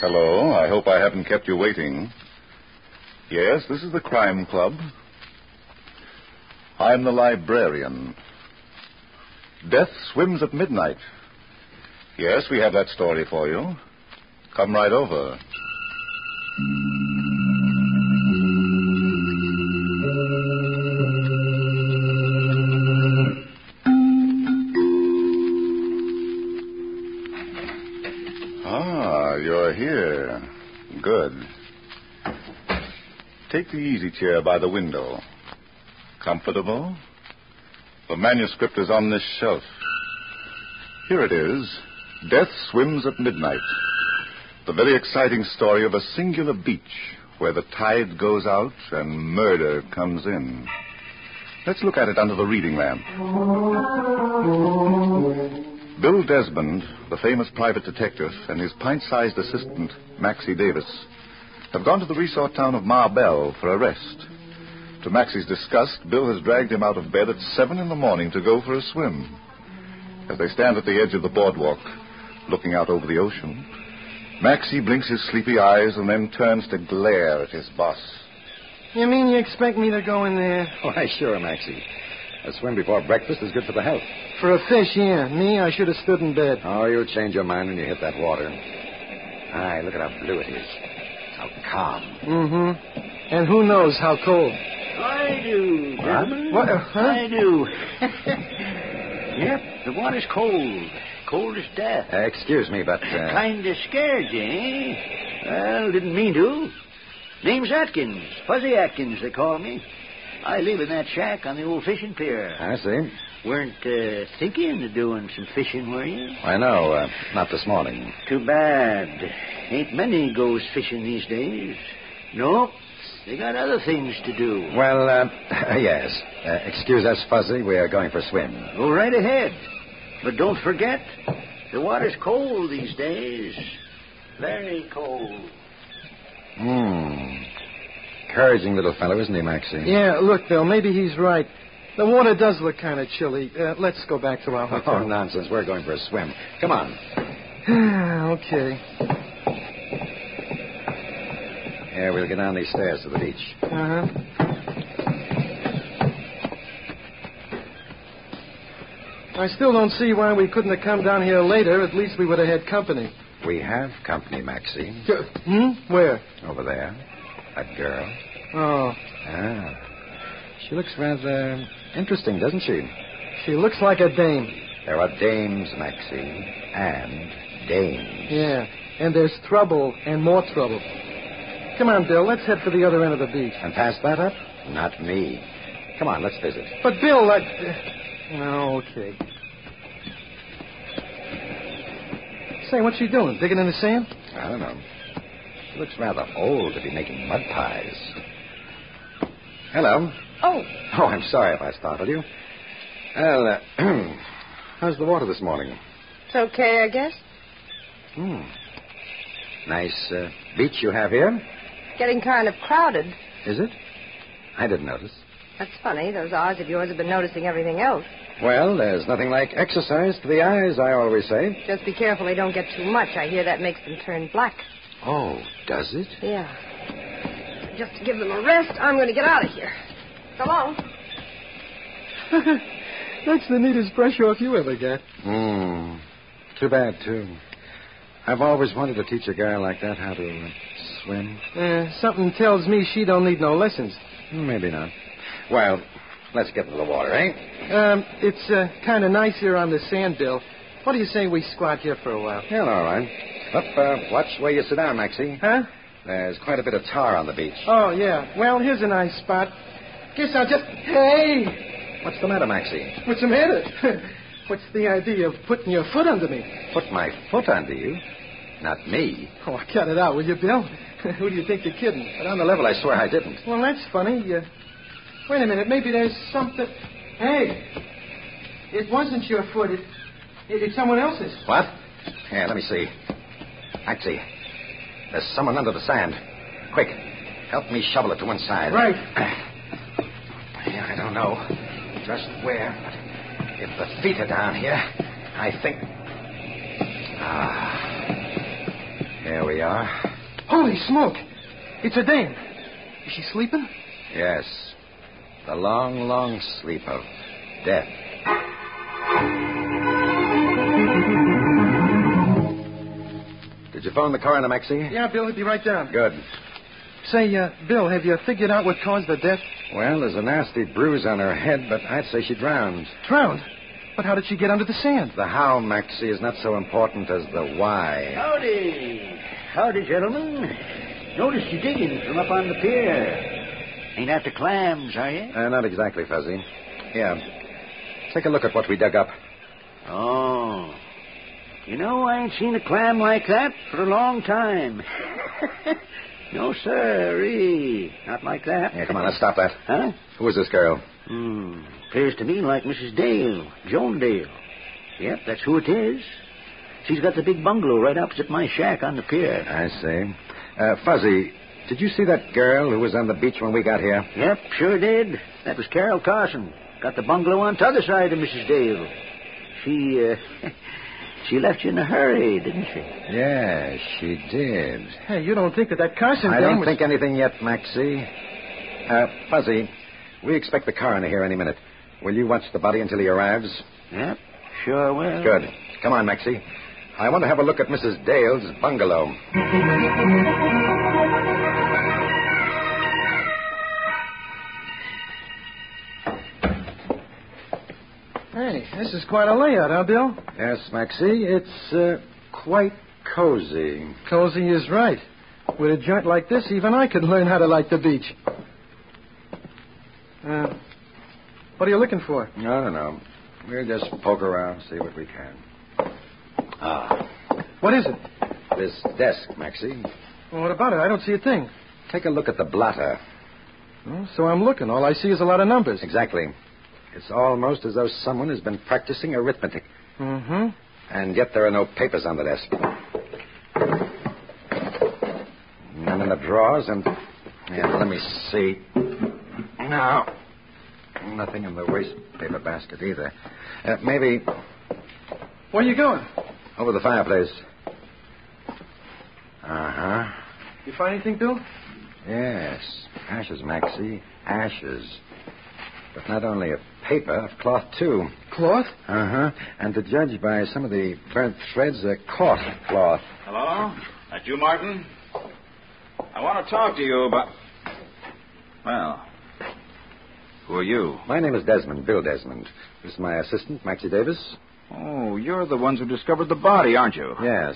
Hello. I hope I haven't kept you waiting. Yes, this is the Crime Club. I'm the librarian. Death swims at midnight. Yes, we have that story for you. Come right over. Ah, you're here. Good. Take the easy chair by the window. Comfortable? The manuscript is on this shelf. Here it is Death Swims at Midnight. The very exciting story of a singular beach where the tide goes out and murder comes in. Let's look at it under the reading lamp. Bill Desmond, the famous private detective, and his pint sized assistant, Maxie Davis, have gone to the resort town of Marbelle for a rest. To Maxie's disgust, Bill has dragged him out of bed at seven in the morning to go for a swim. As they stand at the edge of the boardwalk, looking out over the ocean, Maxie blinks his sleepy eyes and then turns to glare at his boss. You mean you expect me to go in there? Why, Oh, sure, Maxie. A swim before breakfast is good for the health. For a fish, yeah. Me, I should have stood in bed. Oh, you'll change your mind when you hit that water. Aye, look at how blue it is. How calm. Mm-hmm. And who knows how cold. I do. gentlemen. What? Uh, huh? I do. yep, the water's cold. Cold as death. Uh, excuse me, but. Uh, Kinda scared you, eh? Well, didn't mean to. Name's Atkins. Fuzzy Atkins, they call me. I live in that shack on the old fishing pier. I see. Weren't uh, thinking of doing some fishing, were you? I know. Uh, not this morning. Too bad. Ain't many goes fishing these days. Nope. They got other things to do. Well, uh, yes. Uh, excuse us, Fuzzy. We are going for a swim. Go right ahead. But don't forget, the water's cold these days. Very cold. Hmm. Encouraging little fellow, isn't he, Maxie? Yeah, look, Bill, maybe he's right. The water does look kind of chilly. Uh, let's go back to our Oh, hotel. nonsense. We're going for a swim. Come on. Ah, okay. Here, we'll get down these stairs to the beach. Uh-huh. I still don't see why we couldn't have come down here later. At least we would have had company. We have company, Maxie. Hmm? Where? Over there. That girl. Oh, Ah. She looks rather interesting, doesn't she? she looks like a dame. There are dames, Maxie, and dames. Yeah, and there's trouble and more trouble. Come on, Bill, let's head for the other end of the beach. And pass that up? Not me. Come on, let's visit. But, Bill, I. No, okay. Say, what's she doing? Digging in the sand? I don't know. She looks rather old to be making mud pies. Hello. Oh, Oh, I'm sorry if I startled you. Well, uh, how's the water this morning? it's okay, I guess. Hmm. Nice uh, beach you have here, Getting kind of crowded. is it? I didn't notice. That's funny. Those eyes of yours have been noticing everything else. Well, there's nothing like exercise for the eyes, I always say. Just be careful they don't get too much. I hear that makes them turn black. Oh, does it? Yeah. Just to give them a rest, I'm going to get out of here. So long. That's the neatest brush off you ever got. Hmm. Too bad, too. I've always wanted to teach a guy like that how to uh, swim. Uh, something tells me she don't need no lessons. Maybe not. Well, let's get into the water, eh? Um, it's uh, kind of nice here on the sand, Bill. What do you say we squat here for a while? Yeah, all right. Up, uh, watch where you sit down, Maxie. Huh? There's quite a bit of tar on the beach. Oh, yeah. Well, here's a nice spot. Guess I'll just. Hey! What's the matter, Maxie? What's the matter? What's the idea of putting your foot under me? Put my foot under you? Not me. Oh, cut it out, will you, Bill? Who do you think you're kidding? But on the level, I swear I didn't. Well, that's funny. Uh, wait a minute. Maybe there's something. Hey, it wasn't your foot. It, it, it's someone else's. What? Here, let me see. Maxie, there's someone under the sand. Quick, help me shovel it to one side. Right. Yeah, I don't know just where, but if the feet are down here, I think. Ah. Here we are. Holy smoke! It's a dame. Is she sleeping? Yes. The long, long sleep of death. Did you phone the coroner, Maxie? Yeah, Bill, he'll be right down. Good. Say, uh, Bill, have you figured out what caused the death? Well, there's a nasty bruise on her head, but I'd say she drowned. Drowned. But how did she get under the sand? The how, Maxie, is not so important as the why. Howdy. Howdy, gentlemen. Notice you digging from up on the pier. Ain't after clams, are you? Uh, not exactly, Fuzzy. Here, take a look at what we dug up. Oh. You know, I ain't seen a clam like that for a long time. no, sirree. Not like that. Yeah, come on, let's stop that. Huh? Who is this girl? Hmm. Appears to me like Mrs. Dale, Joan Dale. Yep, that's who it is. She's got the big bungalow right opposite my shack on the pier. I see. Uh, Fuzzy, did you see that girl who was on the beach when we got here? Yep, sure did. That was Carol Carson. Got the bungalow on t'other side of Mrs. Dale. She, uh, she left you in a hurry, didn't she? Yeah, she did. Hey, you don't think that that Carson I dame don't was... think anything yet, Maxie. Uh, Fuzzy, we expect the coroner here any minute. Will you watch the body until he arrives? Yep, sure will. Good. Come on, Maxie. I want to have a look at Mrs. Dale's bungalow. Hey, this is quite a layout, huh, Bill? Yes, Maxie, it's uh, quite cozy. Cozy is right. With a joint like this, even I could learn how to like the beach. Uh, what are you looking for? I don't know. We'll just poke around, see what we can. Ah, What is it? this desk, Maxie. Well, what about it? I don't see a thing. Take a look at the blotter. Well, so I'm looking. All I see is a lot of numbers. Exactly. It's almost as though someone has been practicing arithmetic, Mm-hmm. and yet there are no papers on the desk. None in the drawers, and yeah, let me see. No, nothing in the waste paper basket either. Uh, maybe Where you going? over the fireplace. Uh huh. You find anything, Bill? Yes, ashes, Maxie, ashes. But not only of paper, of cloth too. Cloth? Uh huh. And to judge by some of the burnt threads, a cloth cloth. Hello? That you, Martin? I want to talk to you about. Well, who are you? My name is Desmond, Bill Desmond. This is my assistant, Maxie Davis. Oh, you're the ones who discovered the body, aren't you? Yes.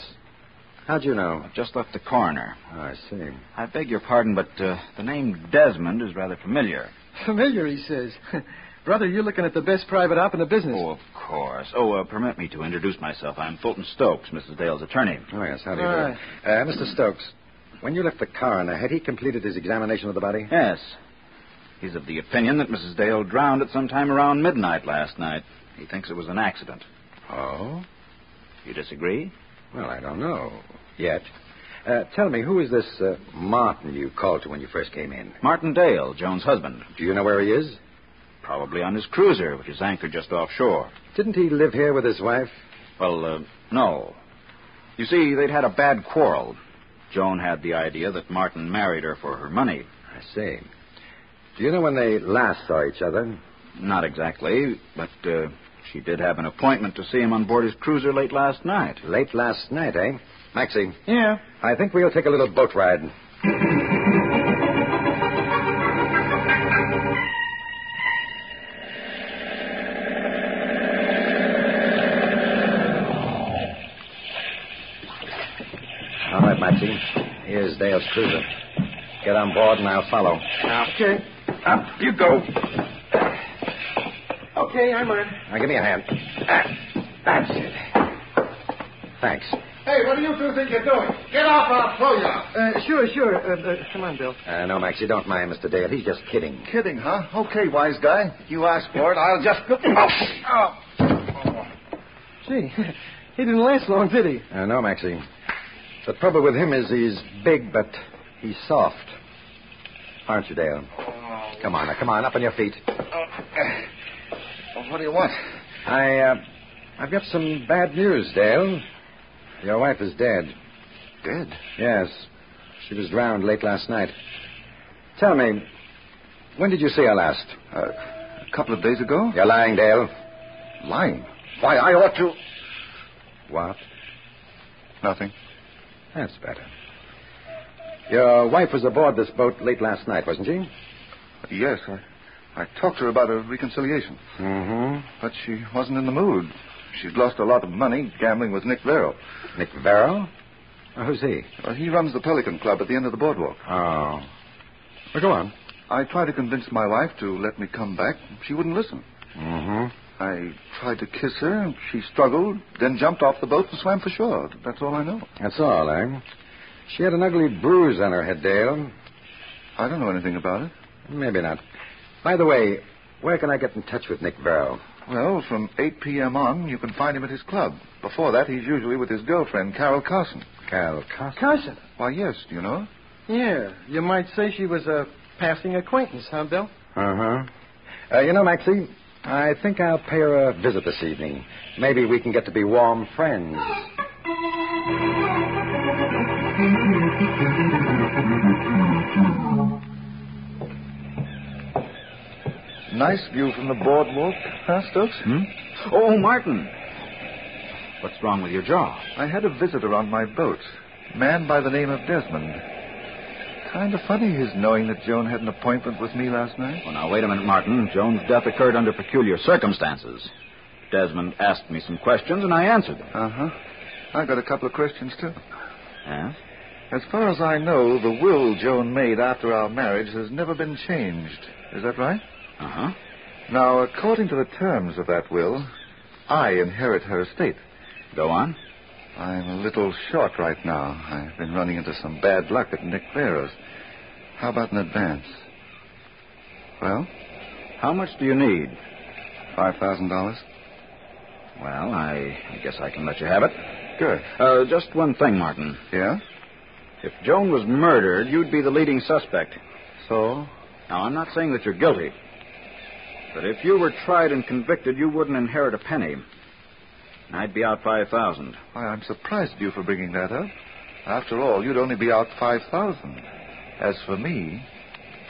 How'd you know? I've just left the coroner. Oh, I see. I beg your pardon, but uh, the name Desmond is rather familiar. Familiar, he says. Brother, you're looking at the best private op in the business. Oh, of course. Oh, uh, permit me to introduce myself. I'm Fulton Stokes, Mrs. Dale's attorney. Oh, yes, how do you Hi. do? Uh, Mr. Stokes, when you left the coroner, had he completed his examination of the body? Yes. He's of the opinion that Mrs. Dale drowned at some time around midnight last night. He thinks it was an accident. Oh? You disagree? Well, I don't know. Yet. Uh, tell me, who is this uh, Martin you called to when you first came in? Martin Dale, Joan's husband. Do you know where he is? Probably on his cruiser, which is anchored just offshore. Didn't he live here with his wife? Well, uh, no. You see, they'd had a bad quarrel. Joan had the idea that Martin married her for her money. I see. Do you know when they last saw each other? Not exactly, but uh, she did have an appointment to see him on board his cruiser late last night. Late last night, eh? Maxie, Yeah. I think we'll take a little boat ride. All right, Maxie. Here's Dale's cruiser. Get on board and I'll follow. Okay. Up you go. Okay, I'm on. Now give me a hand. Ah, That's it. Thanks. Hey, what do you two think you're doing? Get off, I'll throw you out. Uh, sure, sure. Uh, uh, come on, Bill. Uh, no, Maxie, don't mind Mr. Dale. He's just kidding. Kidding, huh? Okay, wise guy. You asked for it. I'll just. Gee, he didn't last long, did he? Uh, no, Maxie. The trouble with him is he's big, but he's soft. Aren't you, Dale? Come on, now, come on, up on your feet. Well, what do you want? I, uh, I've got some bad news, Dale. Your wife is dead. Dead? Yes. She was drowned late last night. Tell me, when did you see her last? Uh, a couple of days ago? You're lying, Dale. Lying? Why, I ought to. What? Nothing. That's better. Your wife was aboard this boat late last night, wasn't she? Yes, I, I talked to her about a reconciliation, Mm but she wasn't in the mood. She'd lost a lot of money gambling with Nick Verrill. hmm. Nick Verrill? Oh, who's he? Uh, he runs the Pelican Club at the end of the boardwalk. Oh. Well, go on. I tried to convince my wife to let me come back. She wouldn't listen. Mm I tried to kiss her. She struggled, then jumped off the boat and swam for shore. That's all I know. hmm. That's all, eh? She had an ugly bruise on her head, Dale. I don't know anything about it. Maybe not. By the way, where can I get in touch with Nick Verrill? Well, from 8 p.m. on, you can find him at his club. Before that, he's usually with his girlfriend, Carol Carson. Carol Costa. Carson. Why, yes, do you know her? Yeah, you might say she was a passing acquaintance, huh, Bill? Uh-huh. Uh, you know, Maxie, I think I'll pay her a visit this evening. Maybe we can get to be warm friends. Nice view from the boardwalk, huh, Stokes? Oh, Martin. What's wrong with your jaw? I had a visitor on my boat, a man by the name of Desmond. Kind of funny his knowing that Joan had an appointment with me last night. Well, now, wait a minute, Martin. Joan's death occurred under peculiar circumstances. Desmond asked me some questions, and I answered them. Uh huh. I got a couple of questions, too. Yes? As far as I know, the will Joan made after our marriage has never been changed. Is that right? Uh-huh. Now, according to the terms of that will, I inherit her estate. Go on. I'm a little short right now. I've been running into some bad luck at Nick Barrows. How about an advance? Well, How much do you need? five thousand dollars. Well, I, I guess I can let you have it. Good. Uh, just one thing, Martin. Yeah. If Joan was murdered, you'd be the leading suspect. So Now, I'm not saying that you're guilty. But if you were tried and convicted, you wouldn't inherit a penny. And I'd be out 5000 why, I'm surprised at you for bringing that up. After all, you'd only be out five thousand. As for me,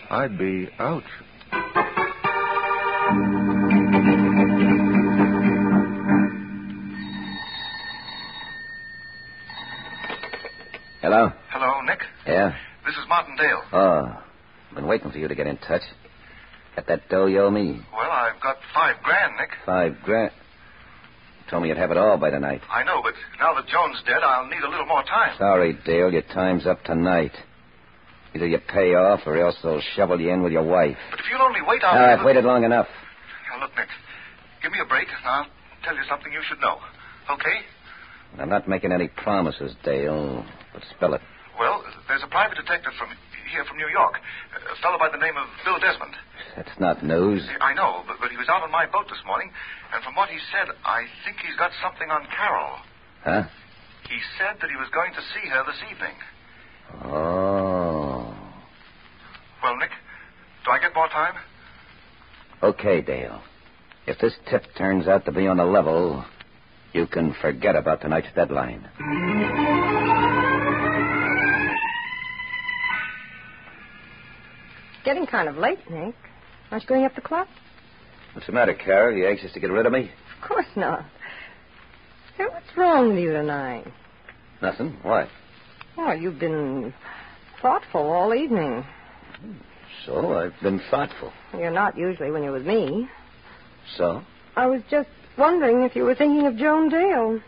I'd be out. Hello? Hello, Nick. Yeah? This is Martin Dale. Oh, been waiting for you to get in touch. Got that dough you owe me? Well, I've got five grand, Nick. Five grand. Told me you'd have it all by tonight. I know, but now that Joan's dead, I'll need a little more time. Sorry, Dale, your time's up tonight. Either you pay off or else they'll shovel you in with your wife. But if you'll only wait, Now, I've waited long enough. Now, look, Nick, give me a break, and I'll tell you something you should know. Okay? And I'm not making any promises, Dale, but spell it. Well, there's a private detective from here from New York, a fellow by the name of Bill Desmond. That's not news. I know, but, but he was out on my boat this morning, and from what he said, I think he's got something on Carol. Huh? He said that he was going to see her this evening. Oh. Well, Nick, do I get more time? Okay, Dale. If this tip turns out to be on the level, you can forget about tonight's deadline. Getting kind of late, Nick. Aren't you going up the club? What's the matter, Carol? You anxious to get rid of me? Of course not. Hey, what's wrong with you tonight? Nothing. Why? Well, Oh, you've been thoughtful all evening. So I've been thoughtful. You're not usually when you're with me. So? I was just wondering if you were thinking of Joan Dale.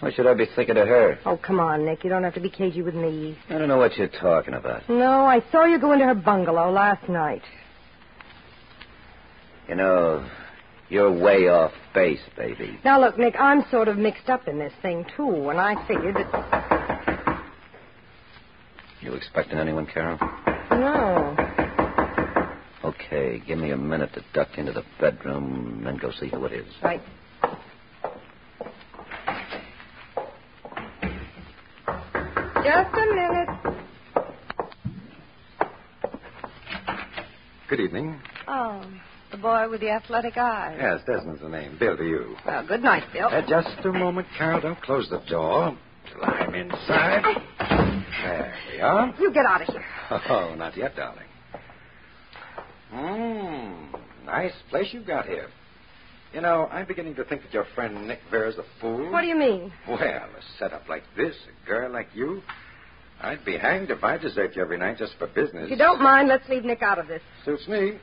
Why should I be thinking of her? Oh, come on, Nick. You don't have to be cagey with me. I don't know what you're talking about. No, I saw you go into her bungalow last night. You know, you're way off base, baby. Now, look, Nick, I'm sort of mixed up in this thing, too, and I figured that. You expecting anyone, Carol? No. Okay, give me a minute to duck into the bedroom and go see who it is. Right. Just a minute. Good evening. Oh, the boy with the athletic eyes. Yes, Desmond's the name. Bill to you. Well, good night, Bill. Uh, just a moment, Carol. Don't close the door till I'm inside. There we are. You get out of here. Oh, not yet, darling. Mmm, nice place you've got here. You know, I'm beginning to think that your friend Nick Vera's a fool. What do you mean? Well, a setup like this, a girl like you, I'd be hanged if I desert you every night just for business. If you don't mind, let's leave Nick out of this. Suits me.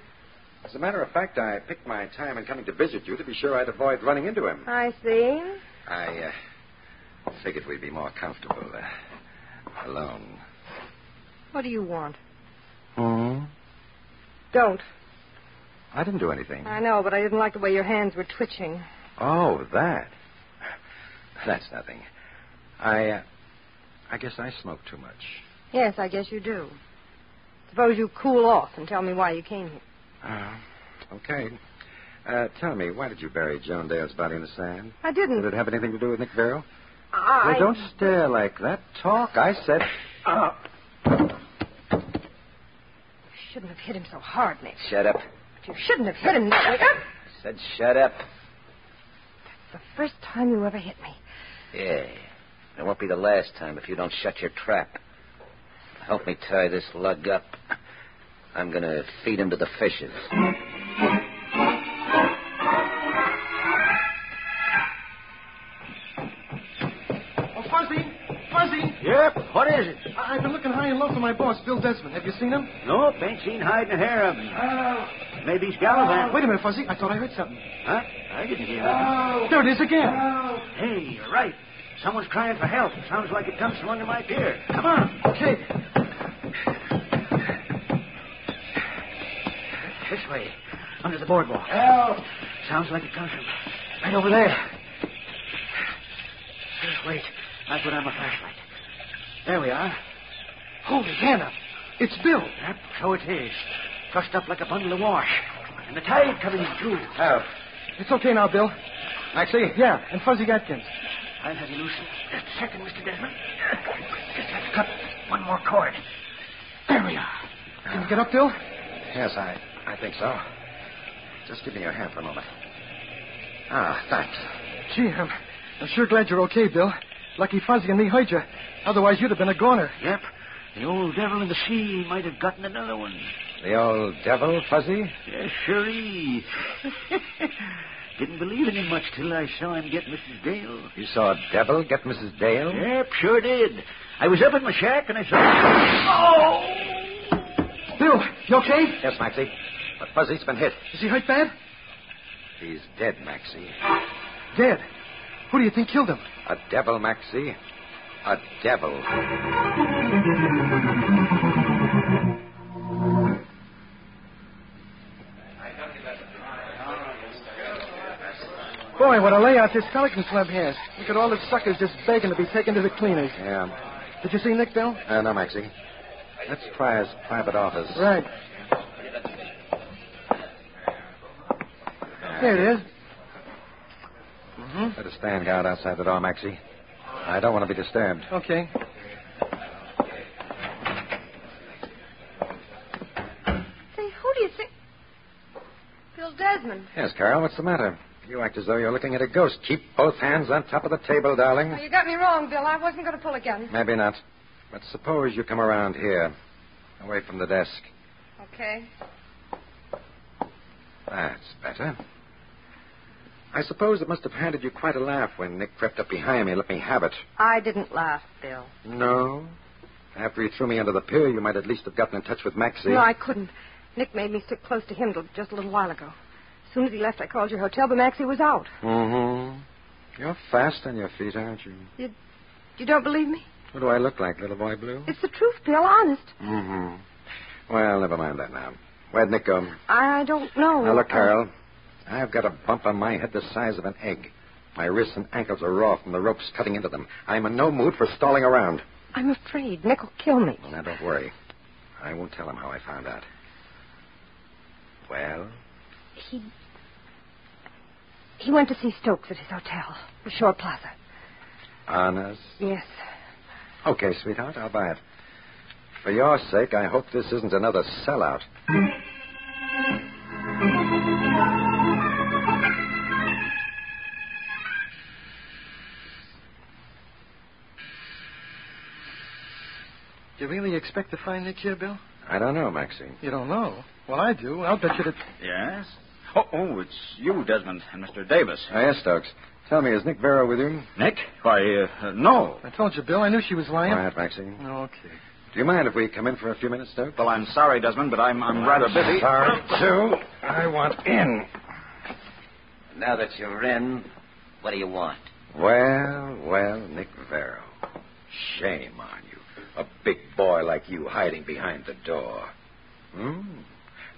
As a matter of fact, I picked my time in coming to visit you to be sure I'd avoid running into him. I see. I uh, figured we'd be more comfortable uh, alone. What do you want? Hmm? Don't. I didn't do anything. I know, but I didn't like the way your hands were twitching. Oh, that. That's nothing. I, uh, I guess I smoke too much. Yes, I guess you do. Suppose you cool off and tell me why you came here. Uh, okay. Uh, tell me, why did you bury Joan Dale's body in the sand? I didn't. Did it have anything to do with Nick Vero? Uh, I. Well, don't stare like that. Talk. I said. Uh, You shouldn't have hit him so hard, Nick. shut up. You shouldn't have hit him that way. Ah! Said shut up. It's the first time you ever hit me. Yeah. It won't be the last time if you don't shut your trap. Help me tie this lug up. I'm going to feed him to the fishes. Oh, Fuzzy! Fuzzy! Yep. What is it? I- I've been looking high and low for my boss, Bill Desmond. Have you seen him? Nope. Ain't seen hide and hair of him. Oh. Maybe he's Wait a minute, Fuzzy. I thought I heard something. Huh? I didn't hear that. There it is again. Hey, you're right. Someone's crying for help. Sounds like it comes from under my pier. Come on. Okay. This way. Under the boardwalk. Help! Sounds like it comes from right over there. Wait. I put on my flashlight. There we are. Holy Hannah. It's Bill. Yep, so it is. Trussed up like a bundle of wash. And the tide coming through. Help. It's okay now, Bill. Maxie? Yeah, and Fuzzy Atkins. I'll have you loosen. Just a second, Mr. Desmond. Just have to cut one more cord. There we are. Uh, Can you get up, Bill? Yes, I, I think so. Just give me your hand for a moment. Ah, thanks. Gee, I'm, I'm sure glad you're okay, Bill. Lucky Fuzzy and me heard you. Otherwise, you'd have been a goner. Yep. The old devil in the sea might have gotten another one. The old devil, Fuzzy? Yes, surely. Didn't believe in him much till I saw him get Mrs. Dale. You saw a devil get Mrs. Dale? Yep, sure did. I was up in my shack and I saw. Oh! Bill, you okay? Yes, Maxie. But Fuzzy's been hit. Is he hurt bad? He's dead, Maxie. Dead. Who do you think killed him? A devil, Maxie. A devil. Boy, what a layout this Pelican Club has. Look at all the suckers just begging to be taken to the cleaners. Yeah. Did you see Nick, Bill? Uh, no, Maxie. Let's try his private office. Right. There it is. Better stand guard outside the door, Maxie. I don't want to be disturbed. Okay. Say, who do you think? Bill Desmond. Yes, Carl, what's the matter? You act as though you're looking at a ghost. Keep both hands on top of the table, darling. Well, you got me wrong, Bill. I wasn't going to pull a gun. Maybe not. But suppose you come around here, away from the desk. Okay. That's better. I suppose it must have handed you quite a laugh when Nick crept up behind me and let me have it. I didn't laugh, Bill. No? After he threw me under the pier, you might at least have gotten in touch with Maxie. No, I couldn't. Nick made me sit close to him till just a little while ago. As soon as he left, I called your hotel, but Maxie was out. Mm-hmm. You're fast on your feet, aren't you? You don't believe me? What do I look like, little boy blue? It's the truth, Bill. Honest. Mm-hmm. Well, never mind that now. Where'd Nick go? I don't know. Now, look, Carol. I've got a bump on my head the size of an egg. My wrists and ankles are raw from the ropes cutting into them. I'm in no mood for stalling around. I'm afraid Nick will kill me. Now, don't worry. I won't tell him how I found out. Well? He. He went to see Stokes at his hotel, the Shore Plaza. Honest? Yes. Okay, sweetheart, I'll buy it. For your sake, I hope this isn't another sellout. You really expect to find Nick here, Bill? I don't know, Maxie. You don't know. Well, I do. I'll bet you that. Yes? Oh, oh, it's you, Desmond, and Mr. Davis. Ah, yes, Stokes. Tell me, is Nick Barrow with you? Nick? Why, uh, uh, no. I told you, Bill. I knew she was lying. Quiet, Maxie. Okay. Do you mind if we come in for a few minutes, Stokes? Well, I'm sorry, Desmond, but I'm, I'm rather busy. Sorry, too. I want in. Now that you're in, what do you want? Well, well, Nick Vero. Shame on you. A big boy like you hiding behind the door. Hmm.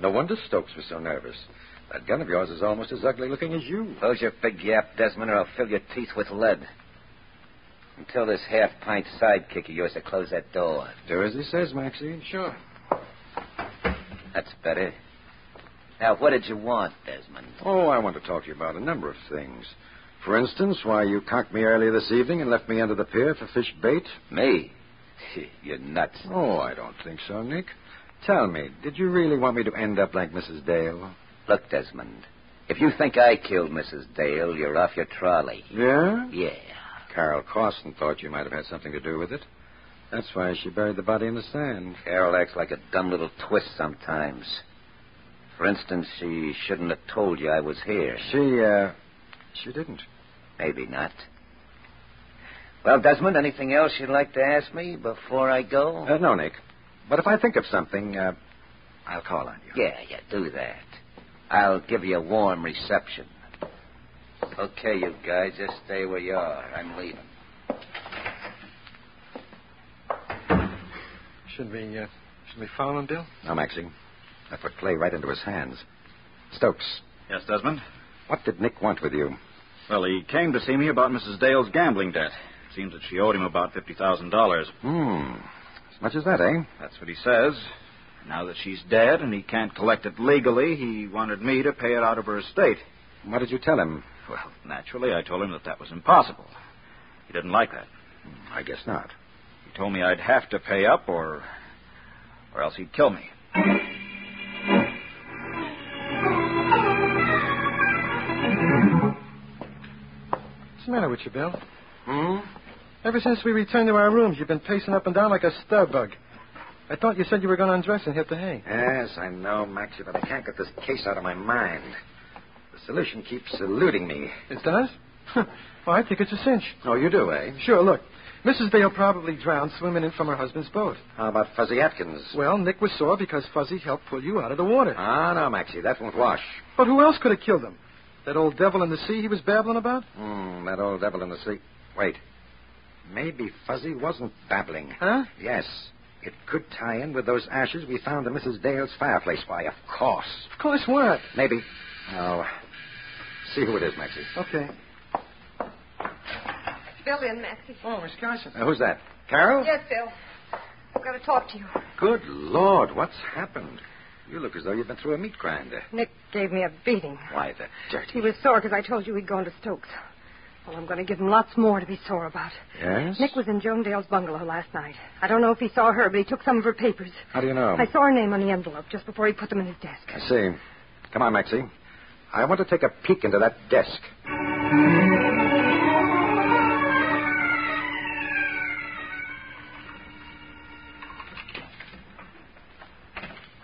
No wonder Stokes was so nervous. That gun of yours is almost as ugly looking as you. Close your big gap, Desmond, or I'll fill your teeth with lead. Until this half pint sidekick of yours to close that door. Do as he says, Maxie. Sure. That's better. Now, what did you want, Desmond? Oh, I want to talk to you about a number of things. For instance, why you cocked me earlier this evening and left me under the pier for fish bait. Me? you're nuts. Oh, I don't think so, Nick. Tell me, did you really want me to end up like Mrs. Dale? Look, Desmond, if you think I killed Mrs. Dale, you're off your trolley. Yeah? Yeah. Carol Carson thought you might have had something to do with it. That's why she buried the body in the sand. Carol acts like a dumb little twist sometimes. For instance, she shouldn't have told you I was here. She, uh, she didn't. Maybe not. Well, Desmond, anything else you'd like to ask me before I go? Uh, no, Nick. But if I think of something, uh, I'll call on you. yeah, yeah, do that. I'll give you a warm reception. Okay, you guys, just stay where you are. I'm leaving. Should we, uh, should we follow him, Bill? Now, Maxie, that put clay right into his hands. Stokes, Yes, Desmond? what did Nick want with you? Well, he came to see me about Mrs. Dale's gambling debt. Seems that she owed him about $50,000. Hmm. As much as that, eh? That's what he says. Now that she's dead and he can't collect it legally, he wanted me to pay it out of her estate. What did you tell him? Well, naturally, I told him that that was impossible. He didn't like that. I guess not. He told me I'd have to pay up or or else he'd kill me. What's the matter with you, Bill? Hmm? Ever since we returned to our rooms, you've been pacing up and down like a stir bug. I thought you said you were going to undress and hit the hay. Yes, I know, Maxie, but I can't get this case out of my mind. The solution keeps eluding me. It does? well, I think it's a cinch. Oh, you do, eh? Sure, look. Mrs. Dale probably drowned swimming in from her husband's boat. How about Fuzzy Atkins? Well, Nick was sore because Fuzzy helped pull you out of the water. Ah, no, Maxie, that won't wash. But who else could have killed him? That old devil in the sea he was babbling about? Hmm, that old devil in the sea. Wait. Maybe Fuzzy wasn't babbling. Huh? Yes. It could tie in with those ashes we found in Mrs. Dale's fireplace. Why, of course. Of course what? Maybe. Oh. See who it is, Maxie. Okay. It's Bill in, Maxie. Oh, Miss Carson. Uh, who's that? Carol? Yes, Bill. I've got to talk to you. Good Lord, what's happened? You look as though you've been through a meat grinder. Nick gave me a beating. Why, the dirty. He was sore because I told you he'd gone to Stokes. Well, I'm going to give him lots more to be sore about. Yes? Nick was in Joan Dale's bungalow last night. I don't know if he saw her, but he took some of her papers. How do you know? I saw her name on the envelope just before he put them in his desk. I see. Come on, Maxie. I want to take a peek into that desk.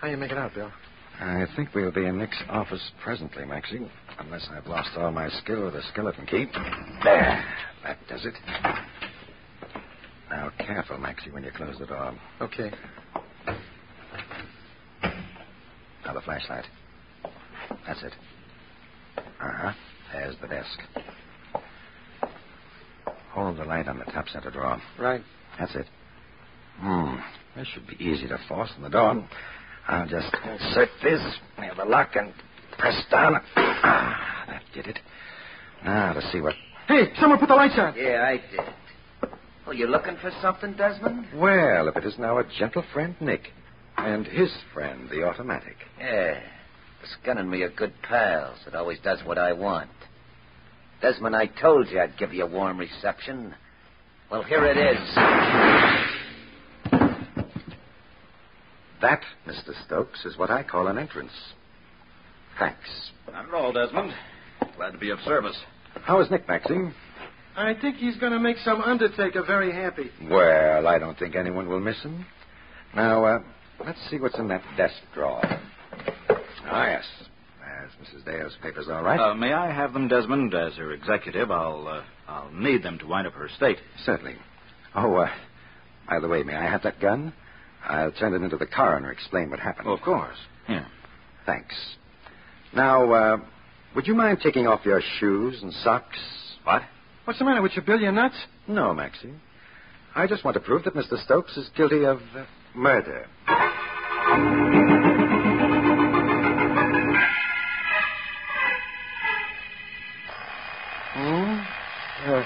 How you making out, Bill? I think we'll be in Nick's office presently, Maxie. Unless I've lost all my skill with the skeleton key. There. That does it. Now, careful, Maxie, when you close the door. Okay. Now, the flashlight. That's it. Uh huh. There's the desk. Hold the light on the top center drawer. Right. That's it. Hmm. This should be easy to force in the door. I'll just insert this near the lock and press down. Ah, that did it. Now to see what. Hey, someone put the lights on. Yeah, I did. Oh, you looking for something, Desmond? Well, if it isn't our gentle friend Nick and his friend, the automatic. Yeah. This gun and me are good pals. It always does what I want. Desmond, I told you I'd give you a warm reception. Well, here it is. That, Mr. Stokes, is what I call an entrance. Thanks. Not at all, Desmond. Glad to be of service. How is Nick, Maxie? I think he's going to make some undertaker very happy. Well, I don't think anyone will miss him. Now, uh, let's see what's in that desk drawer. Ah, yes. There's Mrs. Dale's papers, all right. Oh, Uh, may I have them, Desmond? As her executive, I'll uh, I'll need them to wind up her estate. Certainly. Oh, uh, by the way, may I have that gun? I'll turn it into the coroner, explain what happened. Oh, of course. Yeah. Thanks. Now, uh, would you mind taking off your shoes and socks? What? What's the matter with you, Bill? You nuts? No, Maxie. I just want to prove that Mr. Stokes is guilty of uh, murder. Hmm? Uh,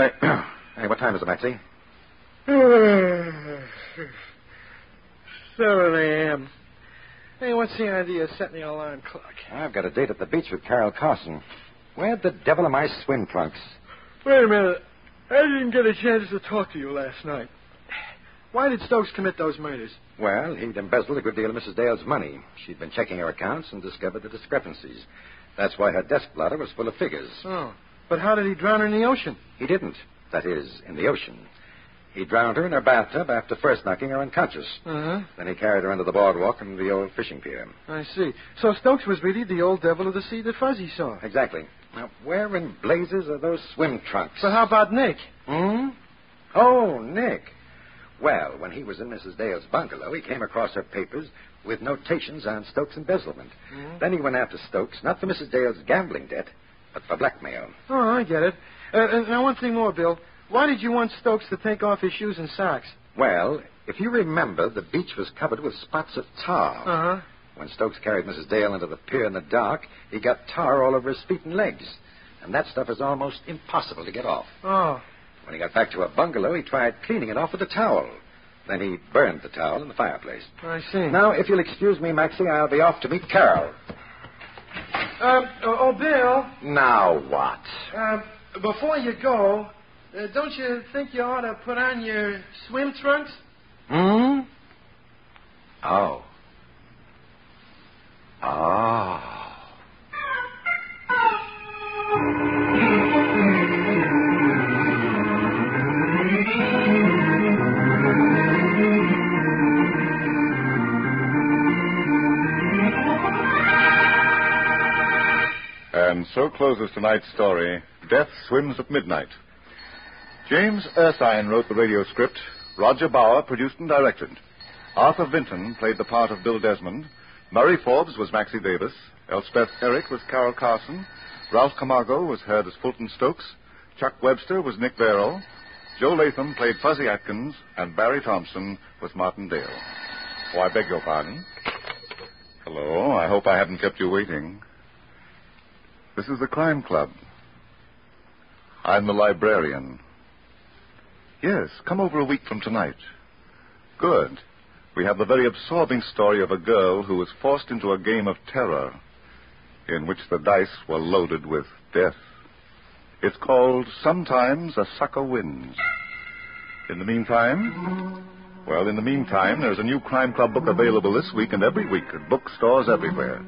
uh, hey, what time is it, Maxie? 7 a.m. Hey, what's the idea of setting the alarm clock? I've got a date at the beach with Carol Carson. Where the devil are my swim trunks? Wait a minute. I didn't get a chance to talk to you last night. Why did Stokes commit those murders? Well, he'd embezzled a good deal of Mrs. Dale's money. She'd been checking her accounts and discovered the discrepancies. That's why her desk blotter was full of figures. Oh. But how did he drown her in the ocean? He didn't. That is, in the ocean. He drowned her in her bathtub after first knocking her unconscious. Uh huh. Then he carried her under the boardwalk and the old fishing pier. I see. So Stokes was really the old devil of the sea that Fuzzy saw. Exactly. Now, where in blazes are those swim trunks? But how about Nick? Hmm? Oh, Nick. Well, when he was in Mrs. Dale's bungalow, he came across her papers with notations on Stokes' embezzlement. Mm-hmm. Hmm? Then he went after Stokes, not for Mrs. Dale's gambling debt, but for blackmail. Oh, I get it. Uh, and now, one thing more, Bill. Why did you want Stokes to take off his shoes and socks? Well, if you remember, the beach was covered with spots of tar. Uh huh. When Stokes carried Mrs. Dale into the pier in the dark, he got tar all over his feet and legs. And that stuff is almost impossible to get off. Oh. When he got back to her bungalow, he tried cleaning it off with a towel. Then he burned the towel in the fireplace. I see. Now, if you'll excuse me, Maxie, I'll be off to meet Carol. Um, oh, oh, Bill, Now what? um, before you go, uh, don't you think you ought to put on your swim trunks? Hmm? Oh. Oh. Ah. And so closes tonight's story Death Swims at Midnight. James Ursine wrote the radio script, Roger Bauer produced and directed. Arthur Vinton played the part of Bill Desmond, Murray Forbes was Maxie Davis, Elspeth Herrick was Carol Carson, Ralph Camargo was heard as Fulton Stokes, Chuck Webster was Nick Verrill, Joe Latham played Fuzzy Atkins, and Barry Thompson was Martin Dale. Oh, I beg your pardon. Hello, I hope I haven't kept you waiting. This is the Crime Club. I'm the librarian. Yes, come over a week from tonight. Good. We have the very absorbing story of a girl who was forced into a game of terror in which the dice were loaded with death. It's called Sometimes a Sucker Wins. In the meantime, well, in the meantime, there's a new Crime Club book available this week and every week at bookstores everywhere.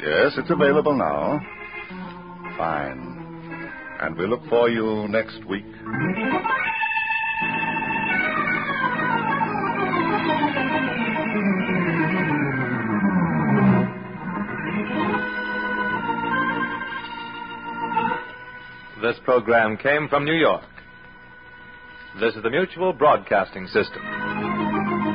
Yes, it's available now. Fine. And we look for you next week. This program came from New York. This is the Mutual Broadcasting System.